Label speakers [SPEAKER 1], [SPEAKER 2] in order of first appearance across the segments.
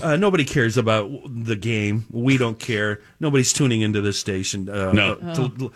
[SPEAKER 1] Uh, nobody cares about the game. We don't care. Nobody's tuning into this station. Uh,
[SPEAKER 2] No.
[SPEAKER 1] uh, to-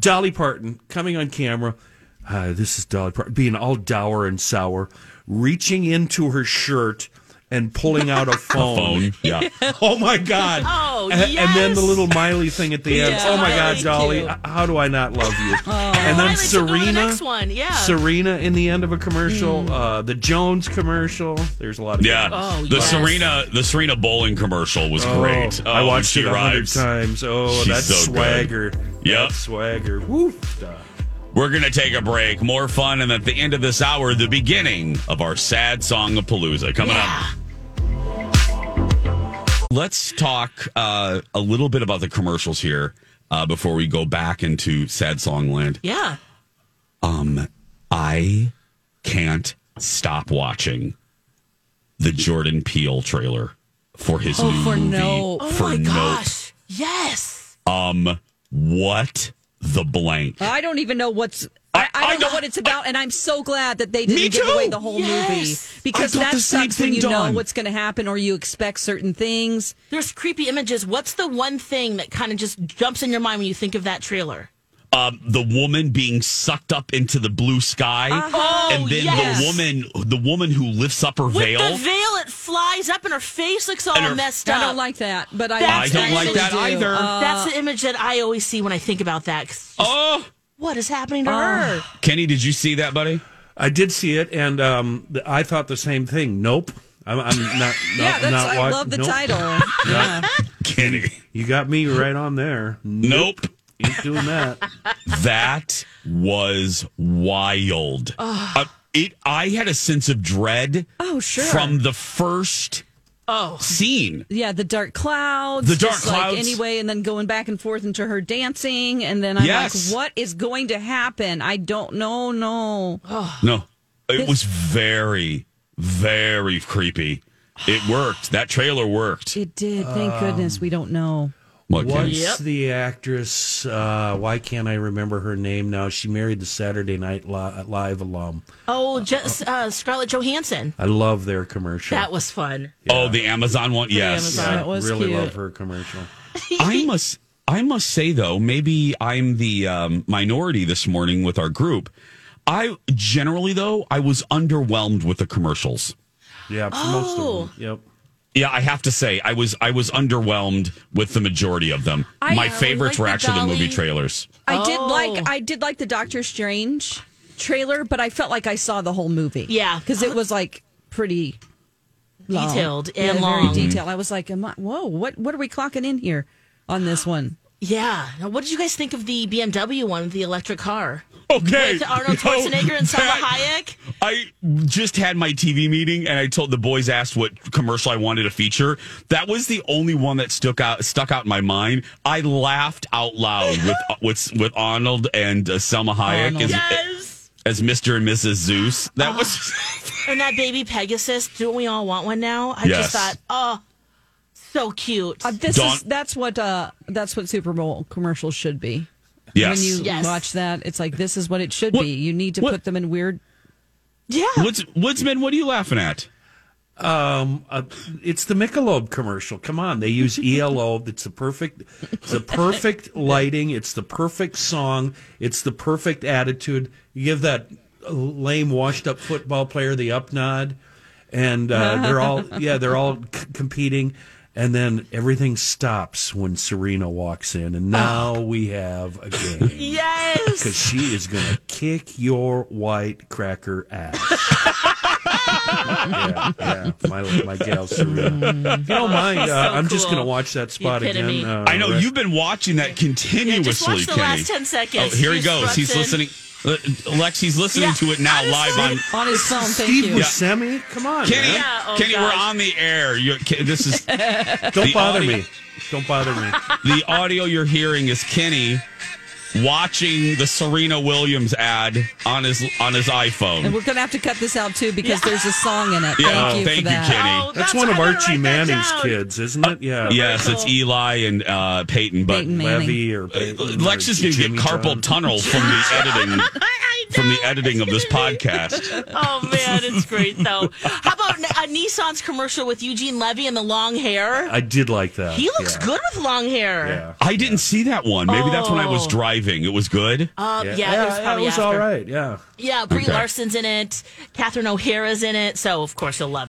[SPEAKER 1] Dolly Parton coming on camera. Hi, this is Dolly Parton being all dour and sour, reaching into her shirt and pulling out a phone.
[SPEAKER 2] phone. Yeah.
[SPEAKER 1] Oh my God!
[SPEAKER 3] Oh,
[SPEAKER 1] A- and, then the
[SPEAKER 3] yes.
[SPEAKER 1] little Miley thing at the end.
[SPEAKER 3] Yeah,
[SPEAKER 1] oh my
[SPEAKER 3] Miley,
[SPEAKER 1] God, Dolly!
[SPEAKER 3] cute.
[SPEAKER 1] h- How do I not love you? And then
[SPEAKER 3] Miley took over
[SPEAKER 1] Serena.
[SPEAKER 3] the next one. Yeah. Hmm.
[SPEAKER 1] Serena in the end of a commercial. Uh, the Jones commercial. There's a lot of
[SPEAKER 2] Yeah.
[SPEAKER 3] Oh,
[SPEAKER 2] the
[SPEAKER 3] yes.
[SPEAKER 2] Serena the Serena bowling commercial was great.
[SPEAKER 1] Oh, I
[SPEAKER 2] when
[SPEAKER 1] watched
[SPEAKER 2] she
[SPEAKER 1] it a hundred
[SPEAKER 2] arrives.
[SPEAKER 1] times. Oh,
[SPEAKER 2] She's
[SPEAKER 1] that's
[SPEAKER 2] so good.
[SPEAKER 1] swagger.
[SPEAKER 2] Yep.
[SPEAKER 1] That's swagger. Woof.
[SPEAKER 2] We're going to take a break. More fun. And at the end of this hour, the beginning of our sad song of Palooza coming up. Let's talk uh, a little bit about the commercials here uh, before we go back into sad song land.
[SPEAKER 3] Yeah.
[SPEAKER 2] Um, I can't stop watching the Jordan Peele trailer for his
[SPEAKER 3] Oh,
[SPEAKER 2] new
[SPEAKER 3] for
[SPEAKER 2] movie.
[SPEAKER 3] no. Oh
[SPEAKER 2] for
[SPEAKER 3] my
[SPEAKER 2] no.
[SPEAKER 3] gosh. Yes.
[SPEAKER 2] Um, what the blank?
[SPEAKER 4] I don't even know what's. I,
[SPEAKER 2] I-
[SPEAKER 4] I
[SPEAKER 2] I
[SPEAKER 4] don't know
[SPEAKER 2] don't-
[SPEAKER 4] what it's about, and I'm so glad that they
[SPEAKER 2] Me
[SPEAKER 4] didn't give away
[SPEAKER 2] too.
[SPEAKER 4] the whole
[SPEAKER 3] Yes.
[SPEAKER 4] movie because
[SPEAKER 2] I thought
[SPEAKER 4] that
[SPEAKER 2] the same
[SPEAKER 4] sucks when
[SPEAKER 2] thing,
[SPEAKER 4] you
[SPEAKER 2] Dawn.
[SPEAKER 4] know what's going to happen or you expect certain things.
[SPEAKER 3] There's creepy images. What's the one thing that kind of just jumps in your mind when you think of that trailer?
[SPEAKER 2] um, the woman being sucked up into the blue sky, and then
[SPEAKER 3] Uh-huh. Oh, yes.
[SPEAKER 2] the woman, the woman who lifts up her
[SPEAKER 3] With
[SPEAKER 2] veil.
[SPEAKER 3] the veil, it flies up and her face looks all
[SPEAKER 2] And her-
[SPEAKER 3] messed
[SPEAKER 4] I
[SPEAKER 3] up.
[SPEAKER 4] don't like that, but I,
[SPEAKER 2] I
[SPEAKER 3] That's
[SPEAKER 2] don't like
[SPEAKER 3] actually
[SPEAKER 2] that
[SPEAKER 4] do.
[SPEAKER 2] either.
[SPEAKER 3] Uh, That's the image that I always see when I think about that. 'Cause
[SPEAKER 2] oh,
[SPEAKER 3] What is happening to her?
[SPEAKER 4] Uh.
[SPEAKER 2] Kenny, did you see that, buddy?
[SPEAKER 1] I did see it, and um, th- I thought the same thing. Nope. I'm, I'm not. not
[SPEAKER 4] yeah, that's.
[SPEAKER 1] not
[SPEAKER 4] I
[SPEAKER 1] wa-
[SPEAKER 4] love the
[SPEAKER 1] nope.
[SPEAKER 4] title.
[SPEAKER 1] Yeah.
[SPEAKER 2] Kenny,
[SPEAKER 1] You got me right on there.
[SPEAKER 2] nope.
[SPEAKER 1] Ain't doing that.
[SPEAKER 2] that was wild. Uh, it. I had a sense of dread.
[SPEAKER 4] Oh, sure.
[SPEAKER 2] From the first
[SPEAKER 3] Oh.
[SPEAKER 2] scene.
[SPEAKER 4] Yeah, the dark clouds.
[SPEAKER 2] The dark
[SPEAKER 4] just
[SPEAKER 2] clouds.
[SPEAKER 4] Like anyway, and then going back and forth into her dancing, and then I'm
[SPEAKER 2] Yes.
[SPEAKER 4] like, what is going to happen? I don't know. No.
[SPEAKER 2] No, it was very, very creepy. It worked. That trailer worked.
[SPEAKER 4] It did.
[SPEAKER 2] Um,
[SPEAKER 4] Thank goodness we don't know.
[SPEAKER 2] What,
[SPEAKER 1] What's
[SPEAKER 2] Kenny?
[SPEAKER 1] the actress? Uh, why can't I remember her name now? She married the Saturday Night Li- Live alum.
[SPEAKER 3] Oh, just uh, Scarlett Johansson.
[SPEAKER 1] I love their commercial.
[SPEAKER 3] That was fun.
[SPEAKER 2] Oh, the Amazon one. Yes,
[SPEAKER 3] Amazon.
[SPEAKER 4] That was
[SPEAKER 1] really
[SPEAKER 4] cute.
[SPEAKER 1] love her commercial.
[SPEAKER 2] I must. I must say though, maybe I'm the um, minority this morning with our group. I generally though I was underwhelmed with the commercials.
[SPEAKER 1] Yeah, for
[SPEAKER 3] Oh.
[SPEAKER 1] most of them. Yep.
[SPEAKER 2] Yeah, I have to say I was I was underwhelmed with the majority of them.
[SPEAKER 4] I
[SPEAKER 2] My
[SPEAKER 4] know,
[SPEAKER 2] favorites
[SPEAKER 3] uh, like
[SPEAKER 2] were
[SPEAKER 3] the
[SPEAKER 2] actually the
[SPEAKER 3] Dolly-
[SPEAKER 2] movie trailers.
[SPEAKER 4] I did
[SPEAKER 3] Oh.
[SPEAKER 4] like I did like the Doctor Strange trailer, but I felt like I saw the whole movie.
[SPEAKER 3] Yeah.
[SPEAKER 4] because it was like pretty long.
[SPEAKER 3] Detailed
[SPEAKER 4] Yeah,
[SPEAKER 3] and
[SPEAKER 4] very
[SPEAKER 3] long. Mm-hmm.
[SPEAKER 4] detailed. I was like, am I, whoa, what what are we clocking in here on this one?
[SPEAKER 3] Yeah. Now, what did you guys think of the BMW one, the electric car?
[SPEAKER 2] Okay,
[SPEAKER 3] With Arnold
[SPEAKER 2] no,
[SPEAKER 3] Schwarzenegger and Selma
[SPEAKER 2] that-
[SPEAKER 3] Hayek?
[SPEAKER 2] I just had my TV meeting and I told the boys asked what commercial I wanted to feature. That was the only one that stuck out stuck out in my mind. I laughed out loud with with with Arnold and uh, Selma Hayek as,
[SPEAKER 3] Yes. Ah.
[SPEAKER 2] as Mr. and Mrs. Zeus. That was
[SPEAKER 3] And that baby Pegasus. Don't we all want one now? I
[SPEAKER 2] Yes.
[SPEAKER 3] just thought, oh, so cute.
[SPEAKER 4] Uh, this
[SPEAKER 2] Dawn-
[SPEAKER 4] is that's what uh that's what Super Bowl commercials should be.
[SPEAKER 2] yes.
[SPEAKER 4] When you
[SPEAKER 3] Yes.
[SPEAKER 4] watch that, it's like this is what it should
[SPEAKER 2] What-
[SPEAKER 4] be. You need to
[SPEAKER 2] what-
[SPEAKER 4] put them in weird.
[SPEAKER 3] yeah.
[SPEAKER 2] Woods, Woodsman, what are you laughing at?
[SPEAKER 1] Um, uh, it's the Michelob commercial. Come on, they use ELO. It's the perfect, it's the perfect lighting. It's the perfect song. It's the perfect attitude. You give that lame, washed-up football player the up nod, and uh, they're all yeah, they're all c- competing. And then everything stops when Serena walks in, and now we have a game.
[SPEAKER 3] Yes.
[SPEAKER 1] Because she is going to kick your white cracker ass. yeah, yeah, my, my gal Serena. If you don't mind, uh, I'm just
[SPEAKER 3] Mm. cool.
[SPEAKER 1] going to watch that spot
[SPEAKER 3] epitome.
[SPEAKER 1] again. Uh,
[SPEAKER 2] I know
[SPEAKER 1] Rick.
[SPEAKER 2] you've been watching that
[SPEAKER 3] Yeah,
[SPEAKER 2] continuously,
[SPEAKER 3] just watch the
[SPEAKER 2] Kenny.
[SPEAKER 3] last 10 seconds.
[SPEAKER 2] Oh, here he
[SPEAKER 3] He's
[SPEAKER 2] goes. He's
[SPEAKER 3] thrusting.
[SPEAKER 2] listening. Uh, Lex, he's listening
[SPEAKER 3] Yeah,
[SPEAKER 2] to it now
[SPEAKER 3] I just
[SPEAKER 2] live on.
[SPEAKER 5] on his phone. Thank
[SPEAKER 1] Steve
[SPEAKER 5] you.
[SPEAKER 1] Buscemi? Come on,
[SPEAKER 2] Kenny,
[SPEAKER 1] man.
[SPEAKER 3] Yeah, oh
[SPEAKER 2] Kenny, we're
[SPEAKER 3] gosh.
[SPEAKER 2] on the air. You're, Ke- this is
[SPEAKER 1] Don't
[SPEAKER 2] the
[SPEAKER 1] bother
[SPEAKER 2] audio-
[SPEAKER 1] me. Don't bother me.
[SPEAKER 2] the audio you're hearing is Kenny watching the Serena Williams ad on his on his
[SPEAKER 4] And
[SPEAKER 2] iPhone.
[SPEAKER 4] we're going to have to cut this out too because there's a song in it.
[SPEAKER 2] Yeah.
[SPEAKER 4] Thank you
[SPEAKER 2] Thank
[SPEAKER 4] for
[SPEAKER 2] you,
[SPEAKER 4] that.
[SPEAKER 2] Kenny.
[SPEAKER 3] Oh,
[SPEAKER 1] That's, one
[SPEAKER 3] I
[SPEAKER 1] of
[SPEAKER 3] gotta
[SPEAKER 1] Archie
[SPEAKER 3] write that
[SPEAKER 1] Manning's
[SPEAKER 3] down.
[SPEAKER 1] kids, isn't it? Yeah.
[SPEAKER 2] Yes,
[SPEAKER 3] cool.
[SPEAKER 2] it's Eli and uh, Peyton, but
[SPEAKER 4] Peyton Manning.
[SPEAKER 1] Levy or
[SPEAKER 2] uh,
[SPEAKER 1] Peyton
[SPEAKER 2] Lex
[SPEAKER 1] or
[SPEAKER 2] is going to get
[SPEAKER 1] Jimmy
[SPEAKER 2] carpal
[SPEAKER 1] John.
[SPEAKER 2] tunnel from the editing
[SPEAKER 3] I know,
[SPEAKER 2] from the
[SPEAKER 3] it's
[SPEAKER 2] editing of this
[SPEAKER 3] gonna be-
[SPEAKER 2] podcast.
[SPEAKER 3] Oh man, it's great though. How about a Nissan's commercial with Eugene Levy and the long hair?
[SPEAKER 2] Uh,
[SPEAKER 1] I did like that.
[SPEAKER 3] He looks
[SPEAKER 1] yeah.
[SPEAKER 3] good with long hair.
[SPEAKER 1] Yeah.
[SPEAKER 2] I didn't see that one. Maybe that's when I was
[SPEAKER 3] Oh.
[SPEAKER 2] driving. It was good.
[SPEAKER 3] Um, yeah, it was
[SPEAKER 1] it
[SPEAKER 3] probably
[SPEAKER 1] was
[SPEAKER 3] after.
[SPEAKER 1] all right. Yeah.
[SPEAKER 3] Yeah, Brie
[SPEAKER 2] Okay.
[SPEAKER 3] Larson's in it. Catherine O'Hara's in it. So of course you'll love